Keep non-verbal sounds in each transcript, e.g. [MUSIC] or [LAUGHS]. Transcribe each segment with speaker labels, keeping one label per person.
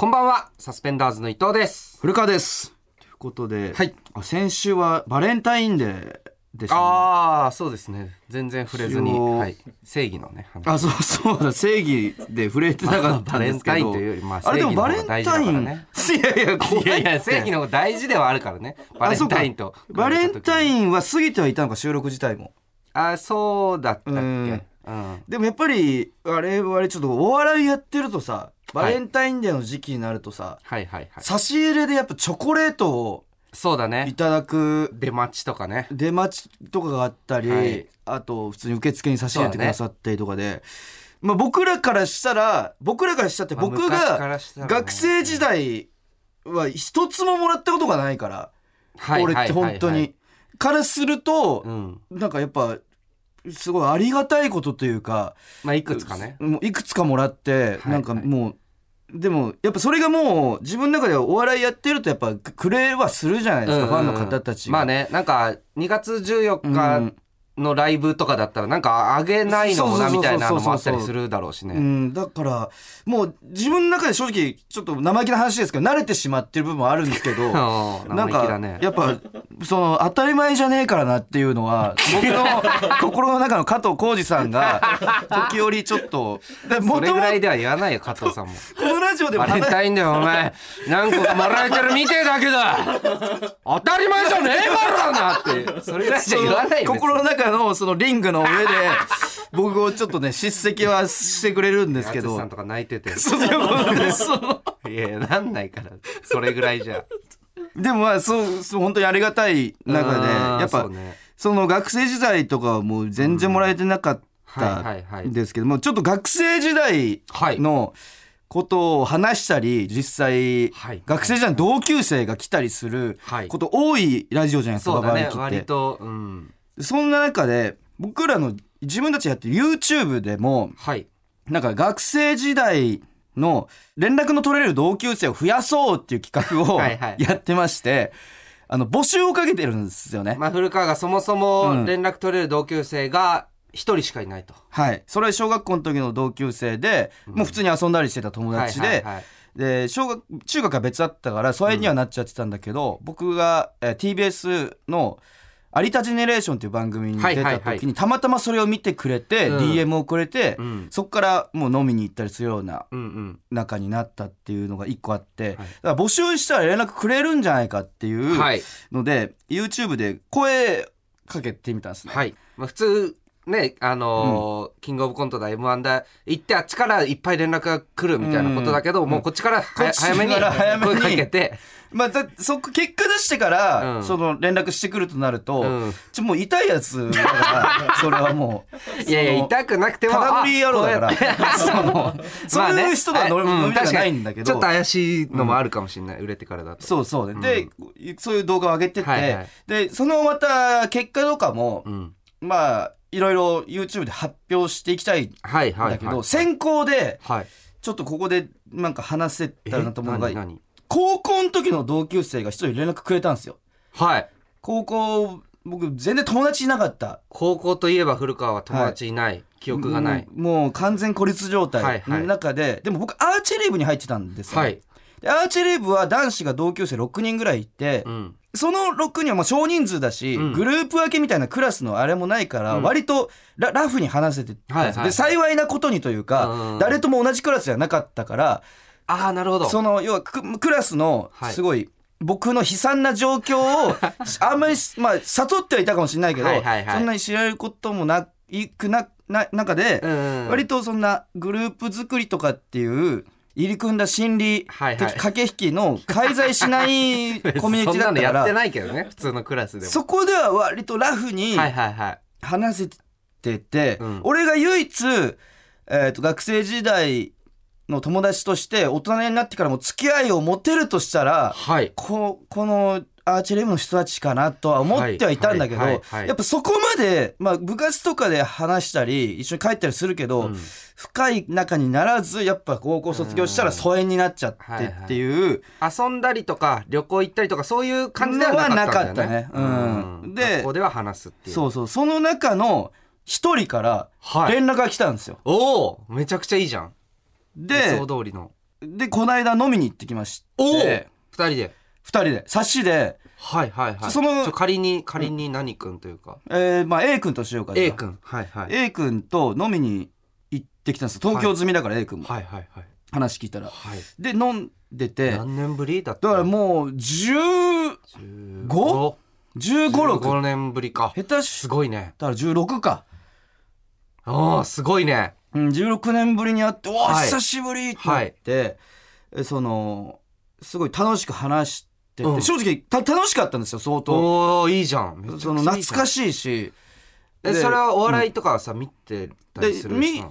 Speaker 1: はサスペンダーズの伊藤です
Speaker 2: 古川ですということで、
Speaker 1: はい
Speaker 2: あ先週はバレンタインデーでしたね
Speaker 1: ああそうですね全然触れずに、
Speaker 2: 一応
Speaker 1: はい、正義のね話
Speaker 2: あそうそうだ正義で触れてなかったんですけど
Speaker 1: [LAUGHS] バレンタインというよりまあ
Speaker 2: あれでもバレンタイン
Speaker 1: 正義の方が大事だからね [LAUGHS] い
Speaker 2: いやいや怖いって
Speaker 1: やいや正義の方が大事ではあるからねバレンタインと
Speaker 2: あそうかバレンタ
Speaker 1: ン
Speaker 2: インは過ぎてはいたのか収録自体も
Speaker 1: あそうだったっけう
Speaker 2: うんんでもやっぱりあれあれちょっとお笑いやってるとさバレンタインデーの時期になるとさ、
Speaker 1: はいはいはい
Speaker 2: 差し入れでやっぱチョコレートを
Speaker 1: そうだ
Speaker 2: い
Speaker 1: ね
Speaker 2: ただく
Speaker 1: 出待ちとかね
Speaker 2: 出待ちとかがあったり、
Speaker 1: はい
Speaker 2: あと普通に受付に差し入れてくださったりとかで、まあ、僕らからしたら僕らからしたって
Speaker 1: まあ
Speaker 2: 僕
Speaker 1: 昔から
Speaker 2: が
Speaker 1: したらね
Speaker 2: 学生時代は一つももらったことがないから、
Speaker 1: はいはい
Speaker 2: 俺
Speaker 1: は
Speaker 2: っ
Speaker 1: い
Speaker 2: て
Speaker 1: はい
Speaker 2: 本当に。からすると
Speaker 1: う、ん
Speaker 2: なんかやっぱすごいありがたいことというか
Speaker 1: まあいくつかね
Speaker 2: もういくつかもらって、
Speaker 1: はい
Speaker 2: なんかもう。でもやっぱそれがもう自分の中でお笑いやってるとやっぱくれはするじゃないですか、ファンの方たちが
Speaker 1: まあねなんか2月
Speaker 2: う
Speaker 1: 14
Speaker 2: ん
Speaker 1: 日のライブとかだったらなんかあげないのもな
Speaker 2: そ
Speaker 1: み
Speaker 2: うそうそうそ
Speaker 1: たい
Speaker 2: う
Speaker 1: なのもあったりするだろうし
Speaker 2: う
Speaker 1: ね
Speaker 2: ん、だからもう自分の中で正直ちょっと生意気な話ですけど慣れてしまってる部分もあるんですけど
Speaker 1: うん
Speaker 2: なん
Speaker 1: [LAUGHS] 生意気だ
Speaker 2: か、
Speaker 1: ね
Speaker 2: やっぱその当たり前じゃねえからなっていうのは僕の [LAUGHS] 心の中の加藤浩次さんが時折ちょっとで
Speaker 1: [LAUGHS] そ
Speaker 2: 元
Speaker 1: れぐ
Speaker 2: 々
Speaker 1: らいでは言わないよ加藤さんも
Speaker 2: このラジオでも
Speaker 1: バレンタインだよお前何個かもらえてるみてえだけだ当たり前じゃねえからなってそれぐらいじゃ言わないよ別に
Speaker 2: 心の中のそのリングの
Speaker 1: [LAUGHS]
Speaker 2: 上で僕をちょっとね叱責はしてくれるんですけ
Speaker 1: 淳
Speaker 2: ど
Speaker 1: さんとか泣いてて
Speaker 2: そういうことですその
Speaker 1: いやいやなんないからそれぐらいじ [LAUGHS] ゃ
Speaker 2: でもまあそうそう本当にありがたい中で
Speaker 1: うん
Speaker 2: やっぱ
Speaker 1: そうね
Speaker 2: その学生時代とかはもう全然もらえてなかっ
Speaker 1: うんはいはいは
Speaker 2: た
Speaker 1: い
Speaker 2: んですけどもちょっと学生時代
Speaker 1: はい
Speaker 2: のことを話したり実際
Speaker 1: はい
Speaker 2: 学生時代の同級生が来たりする
Speaker 1: はい
Speaker 2: こと多いラジオじゃないですか
Speaker 1: そう
Speaker 2: バ
Speaker 1: だ
Speaker 2: バ
Speaker 1: ね
Speaker 2: 抜きっ
Speaker 1: 割
Speaker 2: て。
Speaker 1: とうん
Speaker 2: そんな中で僕らの自分たちやってる YouTube でも
Speaker 1: はい
Speaker 2: なんか学生時代の連絡の取れる同級生を増やそうっていう企画を
Speaker 1: はいはい
Speaker 2: やってまして、あの募集をかけてるんですよね。
Speaker 1: まあ、古川がそもそも連絡取れる同級生が一人しかいないと。
Speaker 2: はい。それは小学校の時の同級生で、もう普通に遊んだりしてた友達で、
Speaker 1: はいはいはい
Speaker 2: で小学中学は別だったから疎遠にはなっちゃってたんだけど、僕が、えー TBS の「有田ジェネレーション」っていう番組に出た時に、
Speaker 1: はいはいはい
Speaker 2: たまたまそれを見てくれて、
Speaker 1: うん
Speaker 2: DM をくれて、
Speaker 1: うん
Speaker 2: そこからもう飲みに行ったりするような
Speaker 1: うんうん
Speaker 2: 仲になったっていうのが一個あって、だ
Speaker 1: はい
Speaker 2: から募集したら連絡くれるんじゃないかっていう
Speaker 1: はい
Speaker 2: ので、YouTube で声かけてみたんですね。
Speaker 1: はいまあ、普通ねあのーキングオブコントだ m 1だ行ってあっちからいっぱい連絡が来るみたいなことだけど、もうこっちからは、
Speaker 2: こっちか
Speaker 1: 早
Speaker 2: ら
Speaker 1: めに
Speaker 2: 早めに
Speaker 1: 声かけて、
Speaker 2: まあ、だそこ結果出してから、
Speaker 1: うん
Speaker 2: その連絡してくるとなると、
Speaker 1: うん
Speaker 2: ちょもう痛いやつだからそれはもう
Speaker 1: いやいや
Speaker 2: その
Speaker 1: 痛くなくても
Speaker 2: ただ乗り野郎だか
Speaker 1: あこうやって
Speaker 2: らそのそ
Speaker 1: [LAUGHS]
Speaker 2: う
Speaker 1: まあ
Speaker 2: い
Speaker 1: ね
Speaker 2: う人とは乗り
Speaker 1: あ
Speaker 2: 乗
Speaker 1: う
Speaker 2: りたく
Speaker 1: 確か
Speaker 2: な
Speaker 1: に
Speaker 2: いんだけ
Speaker 1: ち
Speaker 2: ど、
Speaker 1: ょっと怪しいのもあるかもしれない、売れてからだと
Speaker 2: そうそうね、でそういう動画を上げてて、
Speaker 1: はいはい
Speaker 2: でそのまた結果とかも、
Speaker 1: うん
Speaker 2: まあいろいろ YouTube で発表していきたいんだ
Speaker 1: はい
Speaker 2: けど、
Speaker 1: はいはい
Speaker 2: 先行で
Speaker 1: はい
Speaker 2: ちょっとここでなんか話せたらなと思うの
Speaker 1: え
Speaker 2: が
Speaker 1: 何
Speaker 2: 高校の時の同級生が一人連絡くれたんですよ
Speaker 1: 何はい
Speaker 2: 高校僕全然友達いなかった
Speaker 1: 高校といえば古川は友達いない、記憶がない、
Speaker 2: もうもう完全孤立状態
Speaker 1: はいは
Speaker 2: の
Speaker 1: い
Speaker 2: 中で、でも僕アーチェリー部に入ってたんですよ、
Speaker 1: はい、
Speaker 2: でアーチェリー部は男子が同級生6人ぐらいいて、
Speaker 1: うん、
Speaker 2: その6人はまあ少人数だし、
Speaker 1: うん
Speaker 2: グループ分けみたいなクラスのあれもないから、
Speaker 1: うん
Speaker 2: 割とララフに話せてたんですよ
Speaker 1: はいはいはい
Speaker 2: で幸いなことにという
Speaker 1: う
Speaker 2: か
Speaker 1: ん
Speaker 2: 誰とも同じクラスじゃなかったから
Speaker 1: ああなるほど
Speaker 2: その要はククラスの
Speaker 1: はい
Speaker 2: すごい僕の悲惨な状況をあんまり、まあ、悟ってはいたかもしれないけど、
Speaker 1: はいはいはい
Speaker 2: そんなに知られることもないくなな中で、
Speaker 1: うん
Speaker 2: 割とそんなグループ作りとかっていう入り組んだ心理
Speaker 1: はいはい
Speaker 2: 的駆け引きの介在しない
Speaker 1: [LAUGHS]
Speaker 2: [LAUGHS] コミュニ
Speaker 1: そん
Speaker 2: ティだ
Speaker 1: な
Speaker 2: っ
Speaker 1: の
Speaker 2: た
Speaker 1: やっ
Speaker 2: か
Speaker 1: て
Speaker 2: ら
Speaker 1: ないけどね普通のクラスでも
Speaker 2: そこでは割とラフに
Speaker 1: はいはいはい
Speaker 2: 話せてて
Speaker 1: うん
Speaker 2: 俺が唯一えーと学生時代の友達として大人になってからも付き合いを持てるとしたら
Speaker 1: はい
Speaker 2: ここのアーチェリー部の人たちかなとは思ってはいたんだけど
Speaker 1: はいは
Speaker 2: や
Speaker 1: いはいはい
Speaker 2: っぱそこまでまあ部活とかで話したり一緒に帰ったりするけど、
Speaker 1: うん
Speaker 2: 深い仲にならずやっぱ高校卒業したら疎遠になっちゃっ
Speaker 1: うんは
Speaker 2: て
Speaker 1: いはい
Speaker 2: っていう
Speaker 1: 遊んだりとか旅行行ったりとかそういう感じではなかったんだよね
Speaker 2: のはなかったねうんで
Speaker 1: ここでは話すっていう
Speaker 2: そうそうその中の一人から
Speaker 1: はい
Speaker 2: 連絡が来たんですよ。
Speaker 1: おおめちゃくちゃいいじゃん
Speaker 2: で
Speaker 1: 理想通りの
Speaker 2: でこの間飲みに行ってきまし
Speaker 1: おお
Speaker 2: て
Speaker 1: 二人で
Speaker 2: 2人で冊子で、
Speaker 1: はいはいはい
Speaker 2: その
Speaker 1: ちょ仮に仮に何君というか、
Speaker 2: えーまあ、A 君としようかじゃあ
Speaker 1: A 君はいはい
Speaker 2: A 君と飲みに行ってきたんですよ東京済みだから A 君も
Speaker 1: はいはいはい
Speaker 2: 話聞いたら
Speaker 1: はい
Speaker 2: で飲んでてだ
Speaker 1: 何年ぶりだった
Speaker 2: からもう
Speaker 1: 15
Speaker 2: 1 5 5 6
Speaker 1: 15年ぶりか
Speaker 2: 下手
Speaker 1: す
Speaker 2: し
Speaker 1: ごいね
Speaker 2: たら16か、
Speaker 1: ああすごいね
Speaker 2: うん、16年ぶりに会って「おお
Speaker 1: はい
Speaker 2: 久しぶり!」ってなって、えそのすごい楽しく話してて、
Speaker 1: うん
Speaker 2: 正直た楽しかったんですよ相当
Speaker 1: おおいいじゃんめちゃくちゃ
Speaker 2: その懐か
Speaker 1: し
Speaker 2: しいし
Speaker 1: え
Speaker 2: で
Speaker 1: それはお笑いとかはさ、見てた
Speaker 2: で
Speaker 1: りする
Speaker 2: み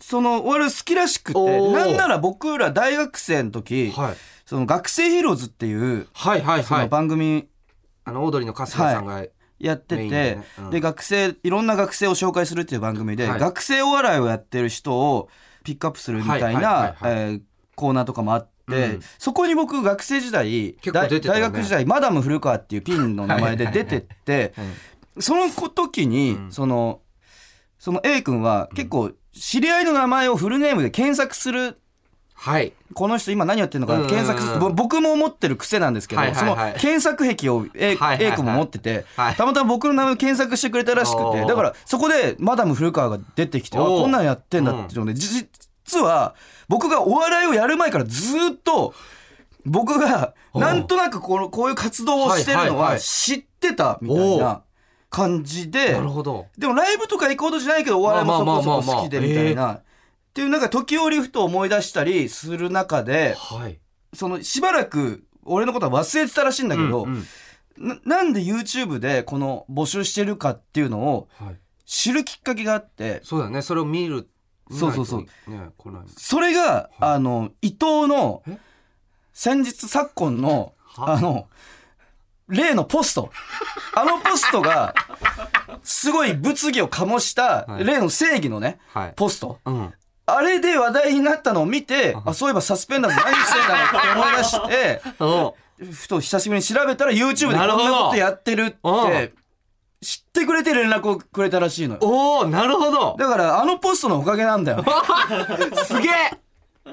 Speaker 2: その俺好きらしくて
Speaker 1: おー
Speaker 2: なんなら僕ら大学生の時
Speaker 1: はい、
Speaker 2: その学生ヒーローズっていう
Speaker 1: はいはい
Speaker 2: そ
Speaker 1: は
Speaker 2: の
Speaker 1: い
Speaker 2: 番組
Speaker 1: あのオードリーの春日さんが
Speaker 2: やって
Speaker 1: メイ
Speaker 2: て、
Speaker 1: ンでねうん
Speaker 2: で学生いろんな学生を紹介するっていう番組で、
Speaker 1: はい
Speaker 2: 学生お笑いをやってる人をピックアップするみたい
Speaker 1: はいは
Speaker 2: な
Speaker 1: いはいは
Speaker 2: えーコーナーとかもあって。
Speaker 1: うん
Speaker 2: そこに僕学生時代
Speaker 1: 結構
Speaker 2: 大
Speaker 1: 出てた
Speaker 2: 大
Speaker 1: よね
Speaker 2: 学時代マダム古川っていうピンの名前で出てってその時に、
Speaker 1: うん
Speaker 2: そのその A 君は結構知り合いの名前をフルネームで検索する
Speaker 1: はい
Speaker 2: この人今何やってんのかな
Speaker 1: うん
Speaker 2: 検索する
Speaker 1: うん
Speaker 2: ぼ僕も持ってる癖なんですけど、
Speaker 1: はいはいはい
Speaker 2: その検索癖を
Speaker 1: は
Speaker 2: A,
Speaker 1: いはいはい
Speaker 2: A 君も持ってて、
Speaker 1: はい
Speaker 2: たまたま僕の名前を検索してくれたらしく
Speaker 1: お
Speaker 2: て
Speaker 1: ー
Speaker 2: だからそこでマダム古川が出てきてあ
Speaker 1: おー
Speaker 2: こんなんやってんだっていうので、じ実は僕がお笑いをやる前からずーっと僕が
Speaker 1: おー
Speaker 2: なんとなくこのこういう活動をしてる
Speaker 1: はい
Speaker 2: の
Speaker 1: はいは
Speaker 2: はい知ってたみたいな感じで。
Speaker 1: なるほど
Speaker 2: でもライブとか行こうとしないけどお笑いもそこそこ好きでみたい
Speaker 1: ま
Speaker 2: な。っていうなんか時折ふと思い出したりする中で
Speaker 1: はい
Speaker 2: そのしばらく俺のことは忘れてたらしいんだけど、
Speaker 1: うんうん
Speaker 2: ななんで YouTube でこの募集してるかっていうのを
Speaker 1: はい、
Speaker 2: 知るきっかけがあって
Speaker 1: そうだねそれを見る見
Speaker 2: そうそうそう
Speaker 1: ないとね来ない
Speaker 2: それが、
Speaker 1: はい
Speaker 2: あの伊藤の
Speaker 1: え
Speaker 2: 先日昨今のあ
Speaker 1: は
Speaker 2: の例のポストあのポストがすごい物議を醸した
Speaker 1: はい
Speaker 2: 例の正義のね
Speaker 1: はい
Speaker 2: ポスト
Speaker 1: うん
Speaker 2: あれで話題になったのを見て、あ、そういえばサスペンダーズ何してんだろうって思い出して、
Speaker 1: お
Speaker 2: ふと久しぶりに調べたら YouTube でこん
Speaker 1: な
Speaker 2: な
Speaker 1: るほど
Speaker 2: ことやってるって、知ってくれて連絡をくれたらしいのよ。
Speaker 1: おーなるほど
Speaker 2: だからあのポストのおかげなん
Speaker 1: [LAUGHS]
Speaker 2: だよ。
Speaker 1: すげえ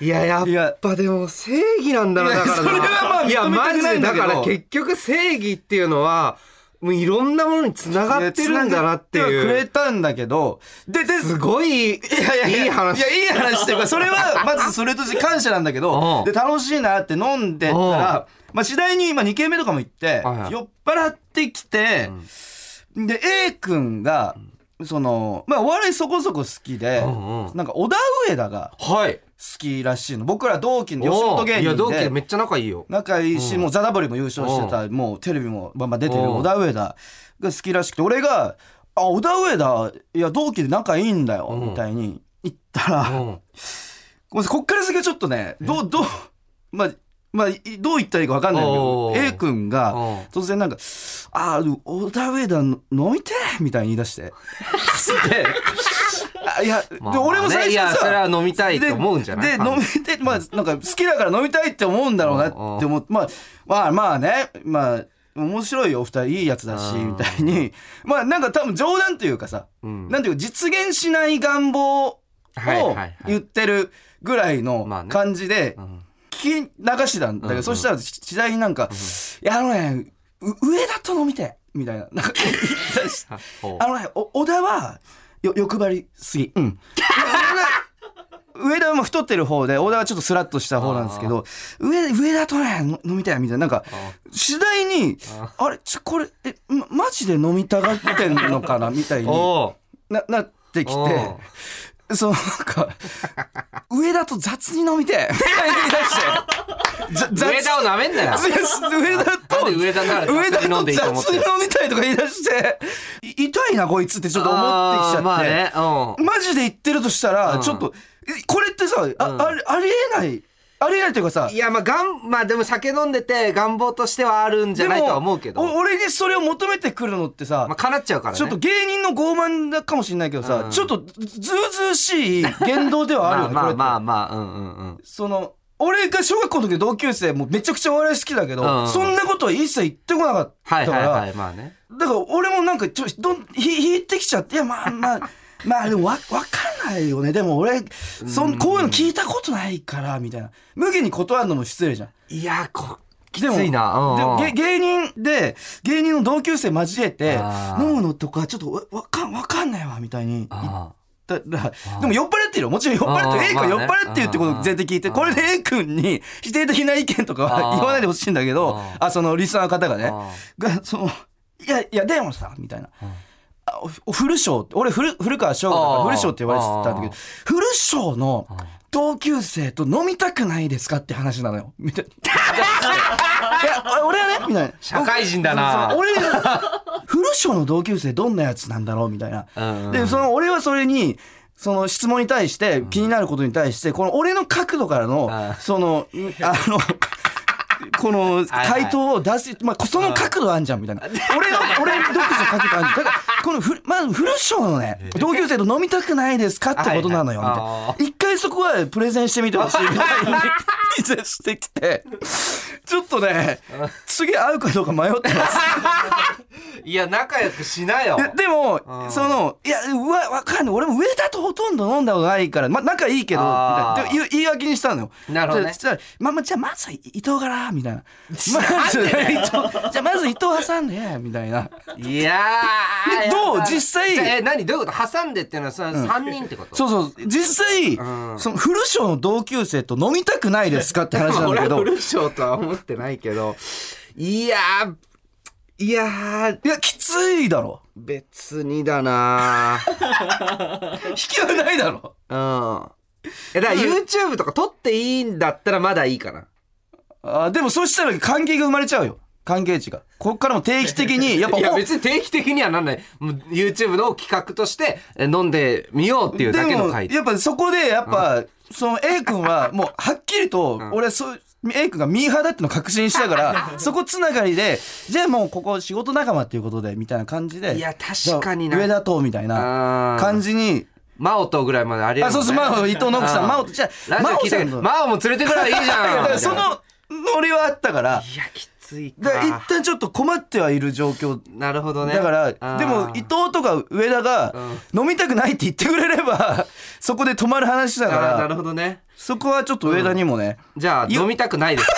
Speaker 1: いややっ
Speaker 2: いや、
Speaker 1: ぱでも正義なんだない
Speaker 2: や
Speaker 1: だからな
Speaker 2: それはまあ
Speaker 1: いや
Speaker 2: 認めた
Speaker 1: マ
Speaker 2: く
Speaker 1: ジ
Speaker 2: ない
Speaker 1: で
Speaker 2: んだ
Speaker 1: だ
Speaker 2: けど
Speaker 1: から結局正義っていうのはもういろんなものにつながってるんだなって
Speaker 2: 繋がってはく
Speaker 1: い
Speaker 2: れ
Speaker 1: う
Speaker 2: たんだけど、で、で、
Speaker 1: すごいい
Speaker 2: いや
Speaker 1: い話
Speaker 2: いや、いい話ってい
Speaker 1: [LAUGHS]
Speaker 2: うか、それは、まずそれとして感謝なんだけど
Speaker 1: う、ん
Speaker 2: で、楽しいなって飲んでたら、まあ、次第に今2軒目とかも行っ
Speaker 1: は
Speaker 2: て
Speaker 1: いは、い
Speaker 2: 酔っ払ってきて、で、A 君が、その、まあ、お笑いそこそこ好きで
Speaker 1: うんう、ん
Speaker 2: なんか、小田上田が
Speaker 1: はい
Speaker 2: 好きらしいの。僕ら同期の吉本芸
Speaker 1: いや
Speaker 2: 人
Speaker 1: 同期
Speaker 2: で、
Speaker 1: めっちゃ仲いいよ
Speaker 2: 仲いいし、
Speaker 1: うん
Speaker 2: もうザ・ダブリも優勝してた、もうテレビもバンバン出てる
Speaker 1: うん
Speaker 2: 小田上田が好きらしくて俺が「あ小田上田いや同期で仲いいんだよ」
Speaker 1: うん
Speaker 2: みたいに言ったら、
Speaker 1: う
Speaker 2: ごめん
Speaker 1: ん
Speaker 2: なさいこっから先はちょっとねどうどうまあまあいどう言ったらいいか分かんないけど
Speaker 1: おー
Speaker 2: A 君が
Speaker 1: うん
Speaker 2: 突然なんか「あー小田上田飲みてえ」みたいに言い出して
Speaker 1: [LAUGHS]
Speaker 2: で [LAUGHS] あいや、
Speaker 1: まあ
Speaker 2: で俺も最
Speaker 1: ねい
Speaker 2: 初
Speaker 1: や
Speaker 2: さ
Speaker 1: それは飲みたい
Speaker 2: で
Speaker 1: と思うんじゃない
Speaker 2: で飲みてまあなんか好きだから飲みたいって思うんだろうなって思ってまあまあまあねまあ面白いよお二人いいやつだし
Speaker 1: うん
Speaker 2: みたいにまあなんか多分冗談というかさ、
Speaker 1: うん
Speaker 2: なんていうか実現しない願望を
Speaker 1: はいはいはい
Speaker 2: 言ってるぐらいの
Speaker 1: まあね
Speaker 2: 感じで
Speaker 1: うん
Speaker 2: 聞き流してたんだ
Speaker 1: う
Speaker 2: けど、
Speaker 1: んうん
Speaker 2: そしたら次第になんか「いやあのねう上田と飲みて」みたいななんか言い出して
Speaker 1: あほう
Speaker 2: あのね、お小田はよ欲張りすぎ。うん。上田も太ってる方で、小田はちょっとスラッとした方なんですけど、上上田とね、の飲みたいみたいな、なんか、次第に、あれ、ちょ、これ、え、ま、マジで飲みたがってんのかなみたい
Speaker 1: [LAUGHS]
Speaker 2: に
Speaker 1: お
Speaker 2: ななってき
Speaker 1: お
Speaker 2: て、その、なんか、上田と雑に飲みてえみたいに出
Speaker 1: [LAUGHS]
Speaker 2: して、ざ
Speaker 1: 上田をなめんなよ
Speaker 2: 上田と
Speaker 1: なんで上田なら
Speaker 2: 上田
Speaker 1: 雑に
Speaker 2: と
Speaker 1: 飲んでいいと思っ
Speaker 2: 雑
Speaker 1: て
Speaker 2: に
Speaker 1: る
Speaker 2: 飲みたいとか言い出してい痛いなこいつってちょっと思ってきちゃっ
Speaker 1: あ
Speaker 2: て、
Speaker 1: ーまあねうん
Speaker 2: マジで言ってるとしたら
Speaker 1: うん
Speaker 2: ちょっと、えこれってさあ,、ありありえないありえないというかさ
Speaker 1: いやまあがんまあでも酒飲んでて願望としてはあるんじゃないとは思うけど、
Speaker 2: お俺にそれを求めてくるのってさ、
Speaker 1: まあ、叶っちゃうからね
Speaker 2: ちょっと芸人の傲慢だかもしれないけどさ、
Speaker 1: うん
Speaker 2: ちょっとずずうずうしい言動ではあるよね
Speaker 1: まあまあまあま
Speaker 2: これって
Speaker 1: あうんうんうん
Speaker 2: その俺が小学校の時の同級生もめちゃくちゃお笑い好きだけど、
Speaker 1: うん
Speaker 2: そんなことは一切言ってこなかったか
Speaker 1: は
Speaker 2: ら、
Speaker 1: いはいはいまあね [LAUGHS]
Speaker 2: だから俺もなんかちょっとどんひ引いてきちゃっていやまあまあまあでもわ分かんないよねでも俺そんこういうの聞いたことないからみたいな無限に断るのも失礼じゃん
Speaker 1: いやこき
Speaker 2: でも
Speaker 1: ついな
Speaker 2: でも
Speaker 1: うん
Speaker 2: げ芸人で芸人の同級生交えて
Speaker 1: あー
Speaker 2: 飲むのとかちょっとわわかんわかんないわみたいに言っ
Speaker 1: あ
Speaker 2: たらでも酔っ払ってるよもちろん酔っ払ってる A
Speaker 1: あー
Speaker 2: 君
Speaker 1: まあ
Speaker 2: 酔っ
Speaker 1: ね
Speaker 2: 払ってるってことを前提聞いて
Speaker 1: あー
Speaker 2: これで A 君に否定的な意見とかは
Speaker 1: あー
Speaker 2: 言わないでほしいんだけど
Speaker 1: あ
Speaker 2: あそのリスナーの方が
Speaker 1: あ
Speaker 2: ねがそのいやいやでもさみたいな
Speaker 1: うん。
Speaker 2: あおフルショー俺フル古川翔吾だか
Speaker 1: あ
Speaker 2: ら
Speaker 1: ー
Speaker 2: フルショーって言われてたんだけ
Speaker 1: あ
Speaker 2: どフルショーの
Speaker 1: あ
Speaker 2: 同級生と飲みたくないですかって話なのよみたい
Speaker 1: [LAUGHS]
Speaker 2: ないや俺はねみたいな
Speaker 1: 社会人だな
Speaker 2: そう俺フルショーの同級生どんなやつなんだろうみたいな
Speaker 1: うんうん
Speaker 2: でその俺はそれにその質問に対して気になることに対してこの俺の角度からの
Speaker 1: あー
Speaker 2: そのあのこの
Speaker 1: はいはい
Speaker 2: 回答を出す、まあ、その角度あんじゃんみたいな俺
Speaker 1: [LAUGHS]
Speaker 2: の俺独自の角度あんじゃんだからこのフルまずフルショーのね同級生と飲みたくないですかってことなのよみ
Speaker 1: はい
Speaker 2: た
Speaker 1: はいい
Speaker 2: な
Speaker 1: あ
Speaker 2: 一回そこはプレゼンしてみてほしいみたい [LAUGHS] にプレゼンしてき
Speaker 1: [LAUGHS]
Speaker 2: てちょっとね次会うかどうか迷ってます
Speaker 1: いや仲良くしなよ
Speaker 2: ででも
Speaker 1: う、ん
Speaker 2: その、いや、うわ、わかんない。俺も上田とほとんど飲んだことないから、ま、仲いいけど、み
Speaker 1: あ
Speaker 2: た
Speaker 1: ー
Speaker 2: いな。で言い言い訳にしたのよ。
Speaker 1: なるほどね
Speaker 2: でそしたらまあまあ、じゃあまず伊藤から、み
Speaker 1: [LAUGHS]
Speaker 2: たいな。まず、伊藤じゃあまず伊藤挟んで、みたいな。
Speaker 1: いやー
Speaker 2: でどう
Speaker 1: やだ
Speaker 2: 実際
Speaker 1: じゃあえ何どういうこと挟んでっていうのはその三人ってこと
Speaker 2: そうそう。実際、
Speaker 1: うん
Speaker 2: その、フルショーの同級生と飲みたくないですかって話なんだ
Speaker 1: [LAUGHS]
Speaker 2: け
Speaker 1: 俺は
Speaker 2: ど
Speaker 1: フ、ルショーとは思ってないけどいやーいやー
Speaker 2: いや、きついだろ。
Speaker 1: 別にだな [LAUGHS]
Speaker 2: 引きはないだろ。
Speaker 1: ーうんえだから YouTube とか撮っていいんだったらまだいいかな
Speaker 2: あーでも、そうしたら関係が生まれちゃうよ。関係値が。ここからも定期的に、やっぱ、
Speaker 1: いや別に定期的にはなんないもう YouTube の企画としてえ飲んでみようっていうだけの回
Speaker 2: でもやっぱそこでやっぱ、その A 君はもうはっきりと俺はそう A 君がミーハーだってのを確信したから
Speaker 1: [LAUGHS]
Speaker 2: そこつながりでじゃあもうここ仕事仲間っていうことでみたいな感じで
Speaker 1: いや確かにな
Speaker 2: じゃあ上田とみたいな感
Speaker 1: じ
Speaker 2: じに
Speaker 1: マオとぐらいまでありえる
Speaker 2: あ
Speaker 1: もんね
Speaker 2: そうそう真央伊藤の奥さ
Speaker 1: うんん
Speaker 2: 真央とじゃあ
Speaker 1: ラジオ聞
Speaker 2: 真央
Speaker 1: いて
Speaker 2: さ
Speaker 1: く
Speaker 2: ん
Speaker 1: る
Speaker 2: の
Speaker 1: マオも連れてくればいいじ
Speaker 2: [LAUGHS] いやだか
Speaker 1: ゃ
Speaker 2: ら
Speaker 1: ん
Speaker 2: そのノリはあったから
Speaker 1: いやきつい
Speaker 2: だから
Speaker 1: か
Speaker 2: 一旦ちょっと困ってはいる状況
Speaker 1: なるほどね
Speaker 2: だから
Speaker 1: あー
Speaker 2: でも伊藤とか上田が飲みたくないって言ってくれれ [LAUGHS] ばそこで止まる話だか
Speaker 1: あーな
Speaker 2: ら
Speaker 1: るほどね
Speaker 2: そこはちょっと上田にもね、
Speaker 1: じゃあ飲みたくないです [LAUGHS]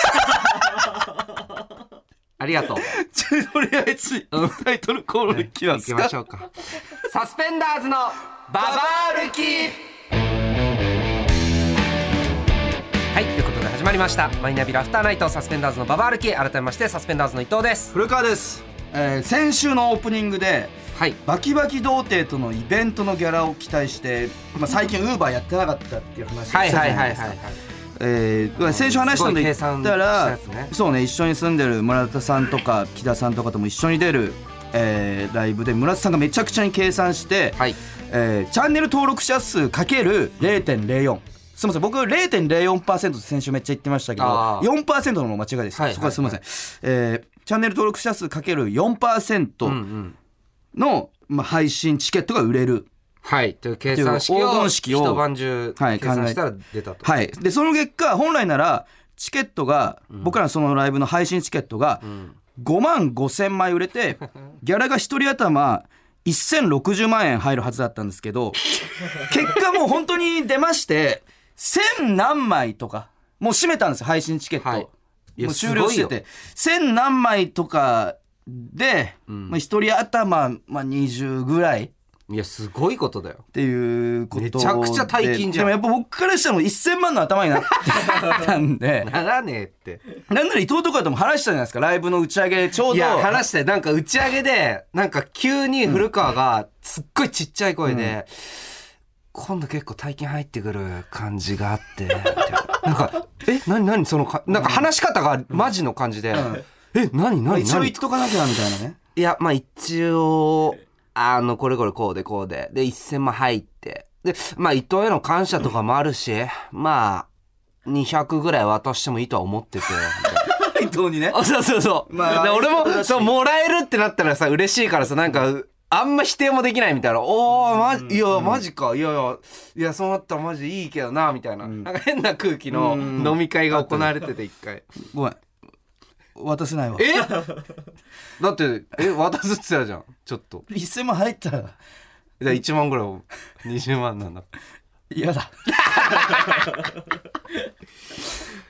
Speaker 1: ありがとう
Speaker 2: ちょとりあえずタイトルコールでき
Speaker 1: 行きましょうかサスペンダーズのババ歩きはいということで始まりましたマイナビラフターナイトサスペンダーズのババ歩き改めましてサスペンダーズの伊藤です
Speaker 2: 古川です、えー先週のオープニングで
Speaker 1: はい
Speaker 2: バキバキ童貞とのイベントのギャラを期待して、まあ、最近ウーバーやってなかったっていう話をした
Speaker 1: はい
Speaker 2: じゃ
Speaker 1: はい
Speaker 2: な
Speaker 1: はいい
Speaker 2: です
Speaker 1: は
Speaker 2: か
Speaker 1: い
Speaker 2: えー先週話したので言ったら
Speaker 1: すごい計算したやつね
Speaker 2: そうね一緒に住んでる村田さんとか木田さんとかとも一緒に出る、えーライブで村田さんがめちゃくちゃに計算して、
Speaker 1: はい
Speaker 2: えーチャンネル登録者数かける0.04すみません僕0.04%って先週めっちゃ言ってましたけど
Speaker 1: あー
Speaker 2: 4%の間違いです、
Speaker 1: はい
Speaker 2: そこはすみません、えーチャンネル登録者数かける
Speaker 1: うんう
Speaker 2: 4%
Speaker 1: ん
Speaker 2: の、まあ、配信チケットが売れる
Speaker 1: はいという計算式
Speaker 2: っていう黄
Speaker 1: を
Speaker 2: 金式を
Speaker 1: 一晩中
Speaker 2: はい
Speaker 1: 計算したら出たと
Speaker 2: はいでその結果本来ならチケットが、僕らのそのライブの配信チケットが5万5千枚売
Speaker 1: [LAUGHS]
Speaker 2: れてギャラが1人頭1060万円入るはずだったんですけ
Speaker 1: [LAUGHS]
Speaker 2: ど結果もう本当に出まして千何枚とかもう閉めたんですよ配信チケット、
Speaker 1: はいいや
Speaker 2: もう終了して
Speaker 1: すごい
Speaker 2: て千何枚とかで、まあ、1人頭、まあ、20ぐらい。
Speaker 1: いやすごいことだよ
Speaker 2: っていうことで
Speaker 1: めちゃくちゃ大金じゃん
Speaker 2: でもやっぱ僕からしたらもう1000万の頭になってたんで
Speaker 1: [LAUGHS] ならねえって
Speaker 2: なんなら伊藤とかとも話したじゃないですかライブの打ち上げちょう
Speaker 1: い
Speaker 2: ど
Speaker 1: や話してなんか打ち上げでなんか急に古川がすっごいちっちゃい声で、今度結構大金入ってくる感じがあってみたいななんか「え何何そのかなんか話し方がマジの感じで「
Speaker 2: ん
Speaker 1: え何
Speaker 2: まあ
Speaker 1: 何
Speaker 2: 一応言
Speaker 1: 何
Speaker 2: っとかなきゃみたいなね
Speaker 1: いやまあ一応あのこれこれこうでこうでで1,000万入ってでまあ伊藤への感謝とかもあるしまあ200ぐらい渡してもいいとは思ってて。みたいな
Speaker 2: 伊藤にね
Speaker 1: [LAUGHS] あそうそうそう。
Speaker 2: まあ
Speaker 1: だから俺
Speaker 2: ありがた
Speaker 1: も、
Speaker 2: い
Speaker 1: そう、もらえるってなったらさ、嬉しいからさ、なんか、あんま否定もできないみたいな。おー、まじ、いや、マジか。いやいや、いや、そうなったらマジいいけどな、みたいな。なんか変な空気の飲み会が行われてて、一回。
Speaker 2: ごめん渡せないわ
Speaker 1: え [LAUGHS] だって、え、渡すって言ってたじゃん。ちょっと。
Speaker 2: 1000万入ったら
Speaker 1: ら1万ぐらいを20万なんだ [LAUGHS]
Speaker 2: 嫌だ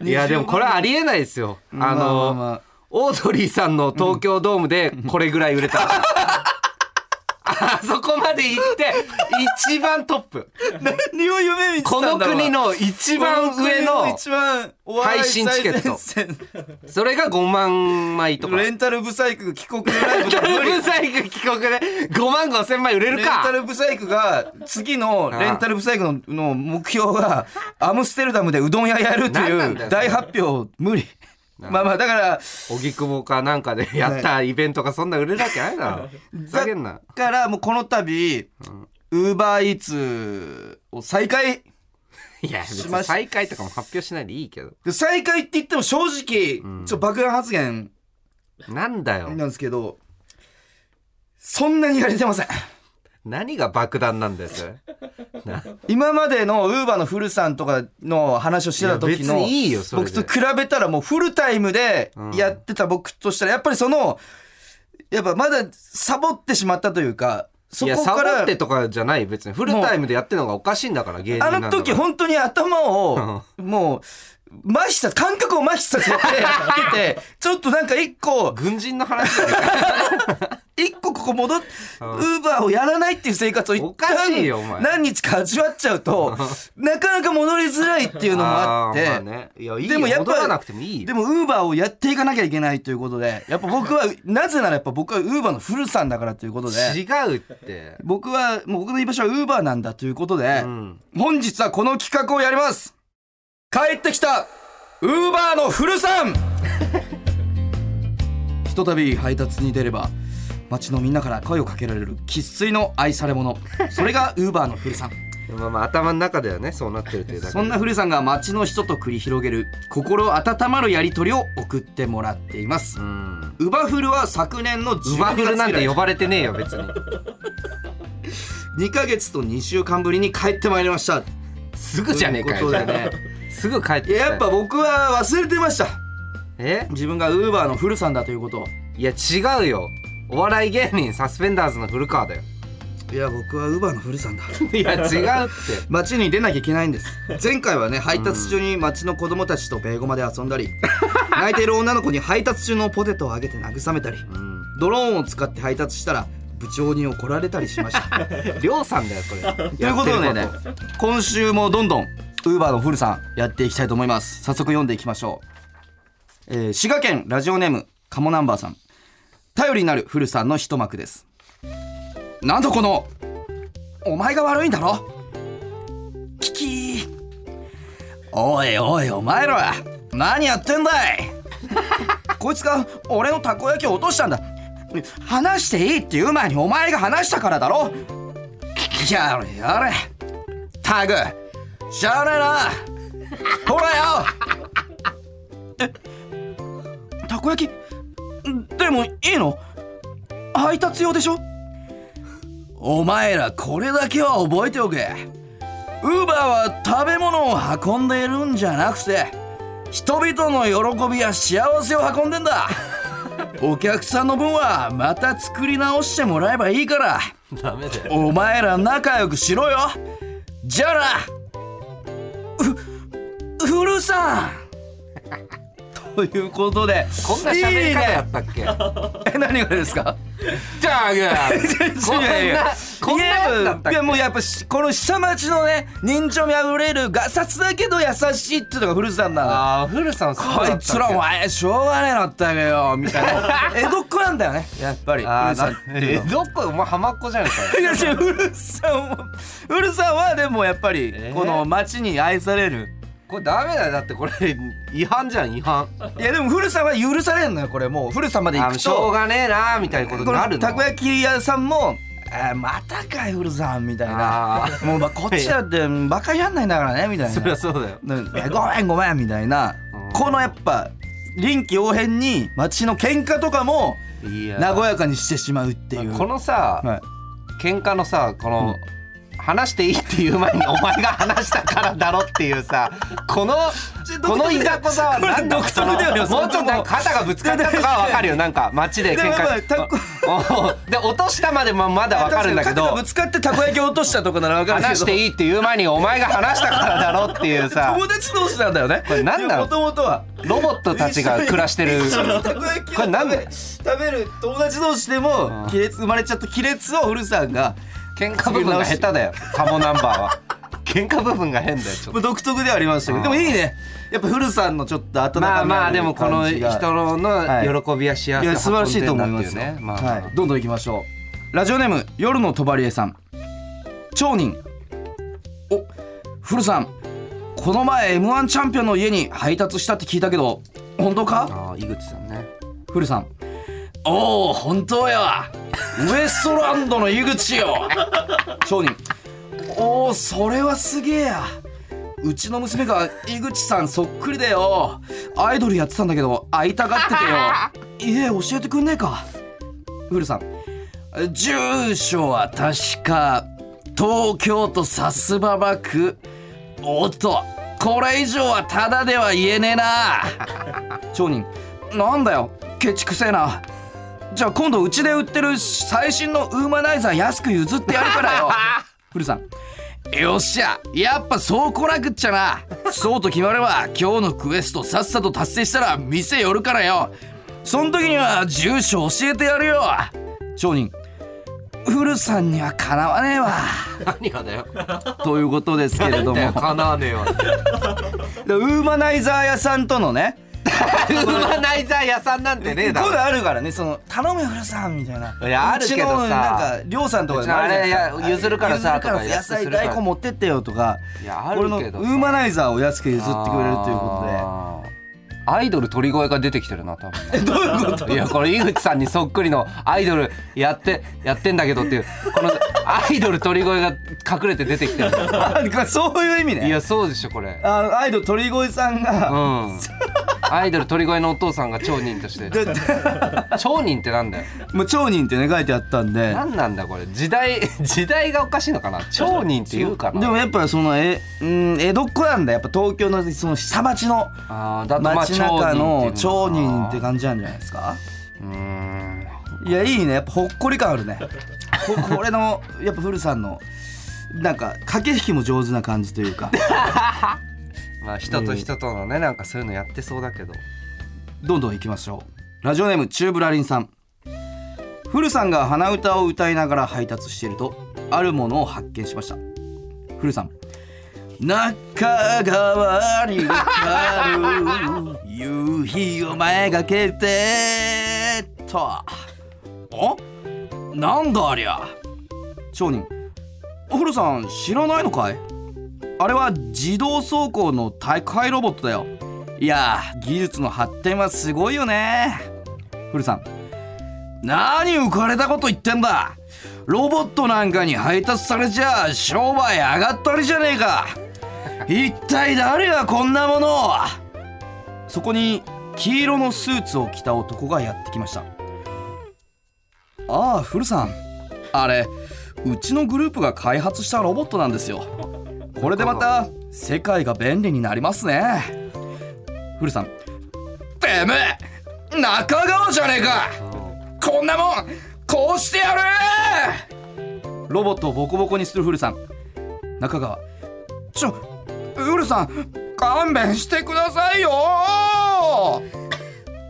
Speaker 1: いやでもこれはありえないですよあ
Speaker 2: まあま
Speaker 1: の
Speaker 2: あまあ
Speaker 1: オードリーさんの東京ドームでこれぐらい売れたらしいあそこまで行って一番トップ
Speaker 2: 何を夢見てた
Speaker 1: こ
Speaker 2: んだ
Speaker 1: の国の一番上の
Speaker 2: 一番お笑い
Speaker 1: 配信チケット
Speaker 2: 最前
Speaker 1: それが5万枚と
Speaker 2: 線
Speaker 1: か
Speaker 2: レンタルブサイク帰国のライブとか無理
Speaker 1: ブサイク帰国で5万5千枚売れ
Speaker 2: レ
Speaker 1: る
Speaker 2: ンタ
Speaker 1: か
Speaker 2: ルブサイクが次のレンタルブサイクのの目標がアムステルダムでうどん屋やるって
Speaker 1: 何ないんだよ
Speaker 2: う
Speaker 1: それ
Speaker 2: 大発表無理まあまあだから
Speaker 1: 荻窪かなんかでやったイベントがそんな売れるわけないだろふざけんな
Speaker 2: だからもうこの度ウーバーイーツを再開
Speaker 1: いや別
Speaker 2: しま
Speaker 1: に
Speaker 2: した
Speaker 1: 再開とかも発表しないでいいけど
Speaker 2: で再開って言っても正直ちょっと爆弾発言
Speaker 1: なんだよ
Speaker 2: なんですけどそんなにやれてません
Speaker 1: 何が爆弾なんだよそれ [LAUGHS] な
Speaker 2: 今までのウーバーのフルさんとかの話をしてた時
Speaker 1: いや
Speaker 2: の
Speaker 1: 別にいいよそれで
Speaker 2: 僕と比べたらもうフルタイムでやってた僕としたらやっぱりそのやっぱまだサボってしまったというかそ
Speaker 1: いや
Speaker 2: こ
Speaker 1: サ
Speaker 2: か
Speaker 1: ボっ
Speaker 2: ら
Speaker 1: てとかじゃない別にフルタイムでやってるのがおかしいんだから芸人なん
Speaker 2: あ
Speaker 1: だ
Speaker 2: の
Speaker 1: から
Speaker 2: 時本当に
Speaker 1: [LAUGHS]
Speaker 2: 頭をもう麻痺さ感覚を麻痺させてててちょっとなんか一個
Speaker 1: 軍人の話だよ
Speaker 2: 一個ここ戻っウーバーをやらないっていう生活
Speaker 1: お
Speaker 2: を一
Speaker 1: か
Speaker 2: 旦
Speaker 1: しいよお前
Speaker 2: 何日か味わっちゃうと
Speaker 1: [LAUGHS]
Speaker 2: なかなか戻りづらいっていうのもあって。
Speaker 1: ーまあねいやいいよ
Speaker 2: でもやっぱ
Speaker 1: 戻らなくてもいいよ
Speaker 2: でもウーバーをやっていかなきゃいけないということでやっぱ僕は [LAUGHS] なぜならやっぱ僕はウーバーのフルさんだからということで
Speaker 1: 違うって
Speaker 2: 僕はもう僕の居場所はウーバーなんだということで、
Speaker 1: うん
Speaker 2: 本日はこの企画をやります帰ってきたウーバーのフルさん [LAUGHS] ひとたび配達に出れば街のみんなから声をかけられる生粋の愛され者それがウーバーのフルさん
Speaker 1: まあまあ頭の中ではねそうなってるというだけで
Speaker 2: そんな古さんが街の人と繰り広げる心温まるやり取りを送ってもらっています
Speaker 1: うん
Speaker 2: ウバフルは昨年の
Speaker 1: ウ
Speaker 2: 12
Speaker 1: バ
Speaker 2: 月
Speaker 1: フルなん
Speaker 2: 以
Speaker 1: て
Speaker 2: 来
Speaker 1: 呼ばれてねえよ別に
Speaker 2: 2ヶ月と2週間ぶりに帰ってまいりました
Speaker 1: すぐじゃねえかよ
Speaker 2: ということでね
Speaker 1: すぐ帰ってき
Speaker 2: い
Speaker 1: たよ
Speaker 2: ややっぱ僕は忘れてました
Speaker 1: え
Speaker 2: 自分がウーバーのフルさんだということを
Speaker 1: いや違うよお笑い芸人サスペンダーズの古川だよ
Speaker 2: いや僕はウーバーのフルさんだ
Speaker 1: [LAUGHS] いや違うって
Speaker 2: 街に出なきゃいけないんです前回はね配達中に街の子供たちとベーゴマで遊ん
Speaker 1: [LAUGHS]
Speaker 2: だり泣いている女の子に配達中のポテトをあげて慰めたり
Speaker 1: うん
Speaker 2: ドローンを使って配達したら部長に怒られたりしました
Speaker 1: りょうさんだよこれ
Speaker 2: [LAUGHS] ということで
Speaker 1: や
Speaker 2: ね
Speaker 1: ってる
Speaker 2: 今週もどんどんウーバーのフルさんやっていきたいと思います早速読んでいきましょう、えー滋賀県ラジオネームカモナンバーさん頼りになるフルさんの一幕ですなんとこのお前が悪いんだろキキーおいおいお前ら何やってんだい [LAUGHS] こいつが俺のたこ焼きを落としたんだ話していいって言う前にお前が話したからだろやれやれタグしゃあねえなほらよえたこ焼きでもいいの配達用でしょお前らこれだけは覚えておけウーバーは食べ物を運んでいるんじゃなくて人々の喜びや幸せを運んでんだお客さんの分はまた作り直してもらえばいいから
Speaker 1: ダメだよ
Speaker 2: お前ら仲良くしろよじゃあなふ、ふる
Speaker 1: [LAUGHS]
Speaker 2: さんということで、
Speaker 1: こんな喋り方やっ
Speaker 2: いいね
Speaker 1: たっけ
Speaker 2: え、何がですか
Speaker 1: タグこん
Speaker 2: いやいやいや
Speaker 1: なこんなやつだったっけ
Speaker 2: いやもうやっぱしこの下町のね人情味あふれるガサツだけど優しいっていうのが古さんなの
Speaker 1: ああ古さんそうだったっ
Speaker 2: こ
Speaker 1: け
Speaker 2: いつらお前しょうがねえなったけよみたいな
Speaker 1: [LAUGHS]
Speaker 2: 江戸っ子なんだよねやっぱり
Speaker 1: あ
Speaker 2: 古さん
Speaker 1: あ
Speaker 2: っていうの
Speaker 1: え
Speaker 2: は
Speaker 1: どこお前浜っ子じゃないかよ
Speaker 2: [LAUGHS] いや違うウルさんはウルさんはでもやっぱり
Speaker 1: えー
Speaker 2: この町に愛される、
Speaker 1: これダメだよだってこれ違反じゃん違反
Speaker 2: いやでも古さんは許されんのよこれもう古さんまで行
Speaker 1: あ
Speaker 2: く
Speaker 1: しょう
Speaker 2: と
Speaker 1: がねえなーみたいなこと
Speaker 2: こ
Speaker 1: になる
Speaker 2: の
Speaker 1: の
Speaker 2: たこ焼き屋さんも「あーまたかい古さん」みたい
Speaker 1: あ
Speaker 2: な
Speaker 1: ー
Speaker 2: もうまあこっちだってバカやんないんだからねみたい
Speaker 1: そりゃ
Speaker 2: な
Speaker 1: そうだよ
Speaker 2: 「いやごめんごめん」みたいな
Speaker 1: うん
Speaker 2: このやっぱ臨機応変に町の喧嘩とかも
Speaker 1: いや
Speaker 2: 和やかにしてしまうっていう
Speaker 1: このさ、
Speaker 2: はい
Speaker 1: 喧嘩のさこの、話していいっていう前
Speaker 2: [LAUGHS]
Speaker 1: にお前が話したからだろっていうさこのこのいざこざは何だ
Speaker 2: これ独特だよね
Speaker 1: そのもうちょっとなんか肩がぶつかったとかは分かるよなんか街で喧
Speaker 2: でもまあた
Speaker 1: 嘩 [LAUGHS] おで落としたまでままだ分かるんだけ
Speaker 2: 肩が
Speaker 1: ど
Speaker 2: ぶつかってたこ焼き落としたとかなら分かるけど
Speaker 1: 話していいっていう前にお前が話したからだろっていうさ
Speaker 2: [LAUGHS] 友達同士なんだよね
Speaker 1: れ何なの
Speaker 2: もともとは
Speaker 1: ロボットたちが暮らしてる
Speaker 2: 一緒にたこ焼きを
Speaker 1: これ何だ
Speaker 2: 食べ
Speaker 1: よ
Speaker 2: 食べる友達同士でも
Speaker 1: うん
Speaker 2: 亀裂生まれちゃった亀裂を古さんが
Speaker 1: 喧嘩部分が下手だよカモナンバーは喧嘩部分が変だよちょっと
Speaker 2: もう独特ではありましたけどでもいいねやっぱ古さんのちょっと後
Speaker 1: まあ
Speaker 2: 中身
Speaker 1: まあ
Speaker 2: る
Speaker 1: でもこの
Speaker 2: 感じが
Speaker 1: 人の喜びや幸
Speaker 2: い
Speaker 1: せを
Speaker 2: や素晴らしいと思います
Speaker 1: 運んでんだってうねまあまあ
Speaker 2: はい、どんどん行きましょうラジオネーム夜のとばりえさん町人お古さんこの前 m 1チャンピオンの家に配達したって聞いたけど本当か
Speaker 1: ああ井口さんね
Speaker 2: 古さんおお本当やウエストランドの井口よ町人おおそれはすげえやうちの娘が井口さんそっくりだよアイドルやってたんだけど会いたがっててよいえ教えてくんねえか古さん住所は確か東京都さすばば区おっとこれ以上はただでは言えねえな町人なんだよケチくせえなじゃあ今度うちで売ってる最新のウーマナイザー安く譲ってやるか
Speaker 1: [LAUGHS]
Speaker 2: らよ古さんよっしゃやっぱそうこなくっちゃなそうと決まれば今日のクエストさっさと達成したら店寄るからよそん時には住所教えてやるよ商人古さんにはかなわね
Speaker 1: [LAUGHS]
Speaker 2: えわ
Speaker 1: 何がだよ
Speaker 2: ということですけれども
Speaker 1: かなわねえ [LAUGHS] わ
Speaker 2: ウーマナイザー屋さんとのね
Speaker 1: ウーマナイザー屋さんなんてねえだ
Speaker 2: こういう
Speaker 1: ろ
Speaker 2: のあるからねその頼むよ古さんみたいない
Speaker 1: やあるけどさ
Speaker 2: うちのなんかりょうさんとかでもるじゃな
Speaker 1: う
Speaker 2: いです
Speaker 1: ちのあれや譲るからさ
Speaker 2: 譲るから
Speaker 1: とか安くす
Speaker 2: 野
Speaker 1: る
Speaker 2: 菜
Speaker 1: から
Speaker 2: 大根持ってってよとか
Speaker 1: いやあるけどさ
Speaker 2: 俺のウーマナイザーを安く譲ってくれるということで
Speaker 1: でアイドル鳥越が出てきてるな多分
Speaker 2: [LAUGHS] えどういうこと
Speaker 1: いやこれ井口さんにそっくりのアイドルやってやってんだけどっていうこのアイドル鳥越が隠れて出てき
Speaker 2: [LAUGHS]
Speaker 1: てる
Speaker 2: あそういう意味ね
Speaker 1: いやそうでしょこれ
Speaker 2: あのアイドル鳥越さん
Speaker 1: う
Speaker 2: が、
Speaker 1: んアイドル鳥越のお父さんが町人として
Speaker 2: でで
Speaker 1: 町人ってなんだよ
Speaker 2: [LAUGHS] もう町人ってね書いてあったんで
Speaker 1: [LAUGHS] 何なんだこれ時代 [LAUGHS] 時代がおかしいのかな町人って言うかな
Speaker 2: でもやっぱそのえ、うん、江戸っ子なんだやっぱ東京のその下町の
Speaker 1: あーだとまあ
Speaker 2: 街中の町
Speaker 1: 町
Speaker 2: 人
Speaker 1: 人っ
Speaker 2: っ
Speaker 1: てていうのかな
Speaker 2: 感じなんじゃないですか
Speaker 1: うーん
Speaker 2: いやいいねやっぱほっこり感あるね [LAUGHS] ここれのやっぱ古さんのなんか駆け引きも上手な感じというか
Speaker 1: まあ人と人とのねなんかそういうのやってそうだけど
Speaker 2: どんどん行きましょうラジオネームチューブラリンさん古さんが鼻歌を歌いながら配達しているとあるものを発見しました古さん中川に浮かる夕日を前がけてとおなんだありゃ商人古さん知らないのかいあれは自動走行の大会ロボットだよいやー技術の発展はすごいよね古さん何浮かれたこと言ってんだロボットなんかに配達されちゃ商売上がったりじゃねえか一体誰がこんなものをそこに黄色のスーツを着た男がやってきましたああ古さんあれうちのグループが開発したロボットなんですよこれでまた世界が便利になりますね古さんてめえ中川じゃねえかこんなもんこうしてやるロボットをボコボコにする古さん中川ちょ古さん勘弁してくださいよ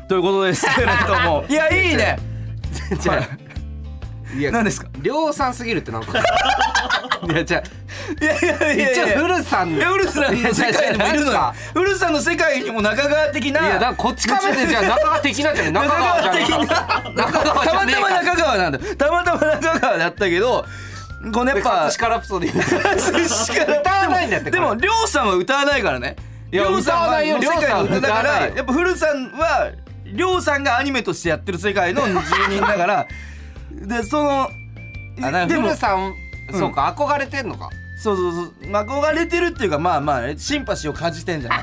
Speaker 2: ということですけれども [LAUGHS] いやいいね
Speaker 1: じゃいや
Speaker 2: 何ですか
Speaker 1: 量産すぎるってなんかいやじゃ
Speaker 2: [LAUGHS] いやいやいや
Speaker 1: 一
Speaker 2: い
Speaker 1: 応
Speaker 2: や
Speaker 1: フルさん
Speaker 2: いやウルさんの世界にも
Speaker 1: いやいや
Speaker 2: いるの
Speaker 1: なん
Speaker 2: よ
Speaker 1: か
Speaker 2: ウルさんの世界にも中川的ない
Speaker 1: やだからこっちからでじ
Speaker 2: [LAUGHS]
Speaker 1: ゃあ中川的なじゃない中川じゃねえか中川じ
Speaker 2: た
Speaker 1: ゃ
Speaker 2: ま
Speaker 1: ねえ
Speaker 2: たま
Speaker 1: か
Speaker 2: 中川なんだよたまたま中川だったけどこのやっぱ
Speaker 1: 葛飾ラプソディ
Speaker 2: [LAUGHS] 歌
Speaker 1: 歌わないんだって
Speaker 2: でも
Speaker 1: こ
Speaker 2: りょうさんは歌わないからね
Speaker 1: いや
Speaker 2: 亮さんは
Speaker 1: 歌わないよ
Speaker 2: 世界の歌だ
Speaker 1: 亮さんは歌わ
Speaker 2: から
Speaker 1: ない
Speaker 2: やっぱ古さんはりょうさんがアニメとしてやってる
Speaker 1: [LAUGHS]
Speaker 2: 世界の住人だからでその
Speaker 1: れ
Speaker 2: で
Speaker 1: フ
Speaker 2: も
Speaker 1: ルさんそうか憧れてんのか
Speaker 2: そうそうそうまあ憧れてるっていうかまあまあシンパシーを感じてんじゃない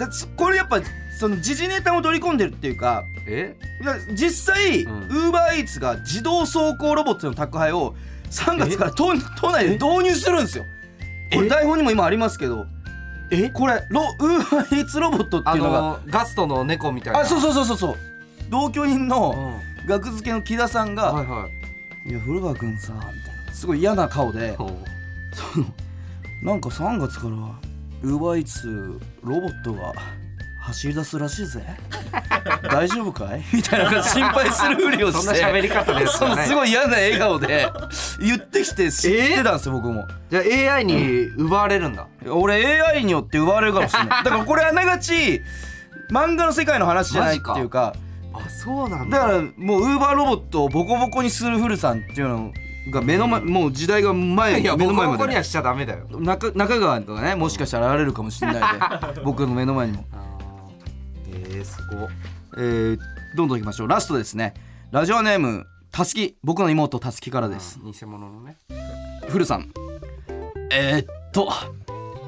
Speaker 2: [LAUGHS] でそこれやっぱその時事ネタも取り込んでるっていうか
Speaker 1: え
Speaker 2: いや実際ウ
Speaker 1: ん
Speaker 2: ーバーイーツが自動走行ロボットの宅配を3月から都都内で導入するんですよこれ台本にも今ありますけど
Speaker 1: え
Speaker 2: これロウーバーイーツロボットって
Speaker 1: あ
Speaker 2: いうのが
Speaker 1: のガストの猫みたいな
Speaker 2: あそうそうそうそうそう同居人
Speaker 1: うん
Speaker 2: の学付けの木田さんが「
Speaker 1: はいはい
Speaker 2: い、や古川君さ」みたいなすごい嫌な顔で
Speaker 1: おう
Speaker 2: なんか3月からウーバーイーツロボットが走り出すらしい
Speaker 1: [LAUGHS]
Speaker 2: ぜ大丈夫かいみたいな心配するふりをして
Speaker 1: そんな喋り方です
Speaker 2: そ
Speaker 1: よ
Speaker 2: の
Speaker 1: ね
Speaker 2: すごい嫌な笑顔で言ってきて知ってたんですよ、僕も
Speaker 1: じゃあ AI に奪われるんだ
Speaker 2: 俺 AI によって奪われるかもしれ [LAUGHS] ないだからこれあながち漫画の世界の話じゃないっていうか
Speaker 1: あそうなん
Speaker 2: だ
Speaker 1: だ
Speaker 2: からもうウーバーロボットをボコボコにするフルさんっていうのが目の前、もう時代が前
Speaker 1: いや
Speaker 2: 目
Speaker 1: 僕
Speaker 2: の前ま
Speaker 1: こ
Speaker 2: で
Speaker 1: こにはしちゃダメだよ
Speaker 2: 中中川とかねもしかしたら現れるかもしれない [LAUGHS] で僕の目の前にも、
Speaker 1: えー、すごっ
Speaker 2: えー、どんどんいきましょうラストですねラジオネームたすき僕の妹たすきからです、
Speaker 1: 偽物のね
Speaker 2: フルさんえー、っと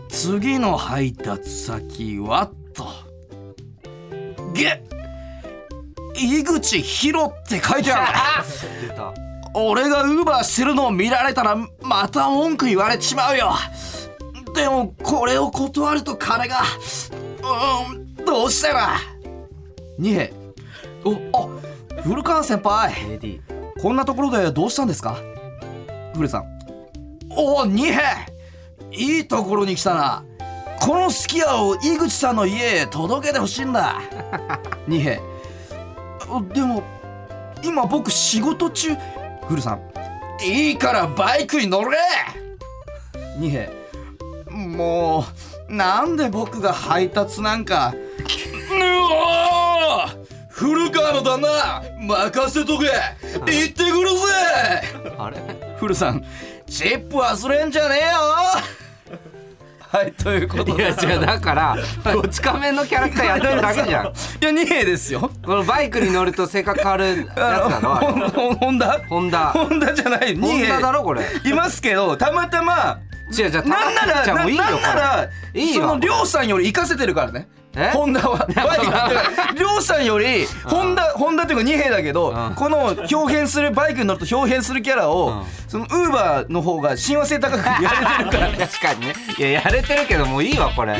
Speaker 2: 次の配達先はとげ井口博って書いて [LAUGHS] ある
Speaker 1: 出た
Speaker 2: 俺がウーバーしてるのを見られたらまた文句言われちまうよでもこれを断ると金がうーんどうしたら二兵おあ古川先輩
Speaker 1: AD
Speaker 2: こんなところでどうしたんですか古さんおお二兵いいところに来たなこのすき家を井口さんの家へ届けてほしいんだ二兵あでも今僕仕事中古さんいいからバイクに乗れ二兵もうなんで僕が配達なんかうおー古川の旦那任せとけ行ってくるぜ
Speaker 1: あれ
Speaker 2: 古さんチップ忘れんじゃねえよはいということ
Speaker 1: い
Speaker 2: で
Speaker 1: やじゃあだからこち亀のキャラクターやってるだけじ [LAUGHS] ゃん
Speaker 2: いや二兵ですよ
Speaker 1: このバイクに乗ると性格変わるやつだ [LAUGHS] ろあれ
Speaker 2: ホンホンダ
Speaker 1: ホンダ
Speaker 2: ホンダじゃない二
Speaker 1: ホン
Speaker 2: 兵
Speaker 1: ダだろこれ
Speaker 2: いますけどたまたま
Speaker 1: 違う違う
Speaker 2: なんなら
Speaker 1: じゃあもういいよ
Speaker 2: ななんなら
Speaker 1: これいい
Speaker 2: そ
Speaker 1: よ
Speaker 2: のりょうさんより行かせてるからね
Speaker 1: え
Speaker 2: ホ
Speaker 1: [LAUGHS]
Speaker 2: ンダはバイクだからりょうさんよりホンダホンダっていうか2兵だけど
Speaker 1: うん
Speaker 2: この表現するバイクに乗ると表現するキャラをそのウーバーの方が親和性高くやれてるから
Speaker 1: [LAUGHS] 確かにねいややれてるけどもういいわこれ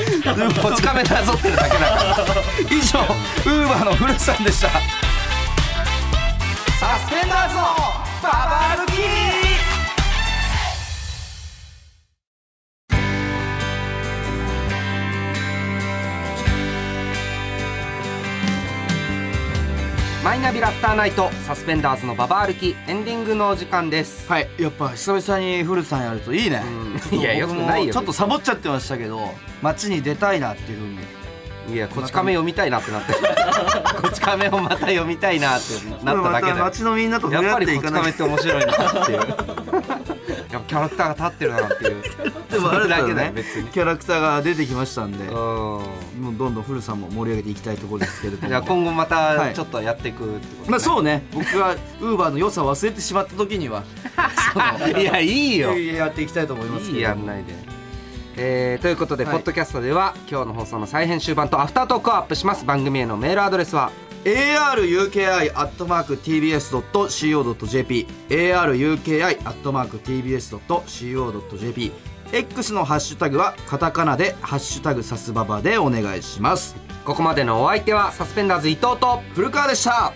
Speaker 1: こち亀なぞってるだけだから
Speaker 2: 以上ウーバーの古さんでした
Speaker 1: サスペンダーズのババ歩きマイナビラフターナイトサスペンダーズのババ歩きエンディングのお時間です
Speaker 2: はいやっぱ久々に古さんやるといいね
Speaker 1: うんいやよくないよ
Speaker 2: ちょっとサボっちゃってましたけど街に出たいなっていうふうに
Speaker 1: いやこち亀読みたいなって
Speaker 2: [LAUGHS]
Speaker 1: なってるこち亀をまた読みたいなってなっただけだよ
Speaker 2: 街のみんなと
Speaker 1: や
Speaker 2: 触れ
Speaker 1: っ
Speaker 2: 合
Speaker 1: ぱ
Speaker 2: っ
Speaker 1: り
Speaker 2: てい
Speaker 1: こ
Speaker 2: か
Speaker 1: ち
Speaker 2: ない
Speaker 1: 亀って面白いなっていうやっぱキャラクターが立ってるなっていう
Speaker 2: でもあれだ
Speaker 1: そ
Speaker 2: よ
Speaker 1: れだ
Speaker 2: [LAUGHS] ね
Speaker 1: け別に
Speaker 2: キャラクターが出てきましたんで、
Speaker 1: う
Speaker 2: もうどんどん古さんも盛り上げていきたいところですけれど
Speaker 1: ん
Speaker 2: も
Speaker 1: じゃあ今後ま
Speaker 2: は
Speaker 1: た
Speaker 2: い
Speaker 1: ちょっとやっていくってことね
Speaker 2: まあそうね僕がウーバーの良さを忘れてしまった時には
Speaker 1: いやいいよい
Speaker 2: やっていきたいと思いますけど
Speaker 1: いやんないで、えーということで、
Speaker 2: はい
Speaker 1: ポッドキャストでは今日の放送の再編集版とアフタートークをアップします番組へのメールアドレスは
Speaker 2: aruki.tbs.co.jp aruki.tbs.co.jp X のハッシュタグはカタカナで「ハッシュタグサスババ」でお願いします
Speaker 1: ここまでのお相手はサスペンダーズ伊藤と
Speaker 2: 古川でした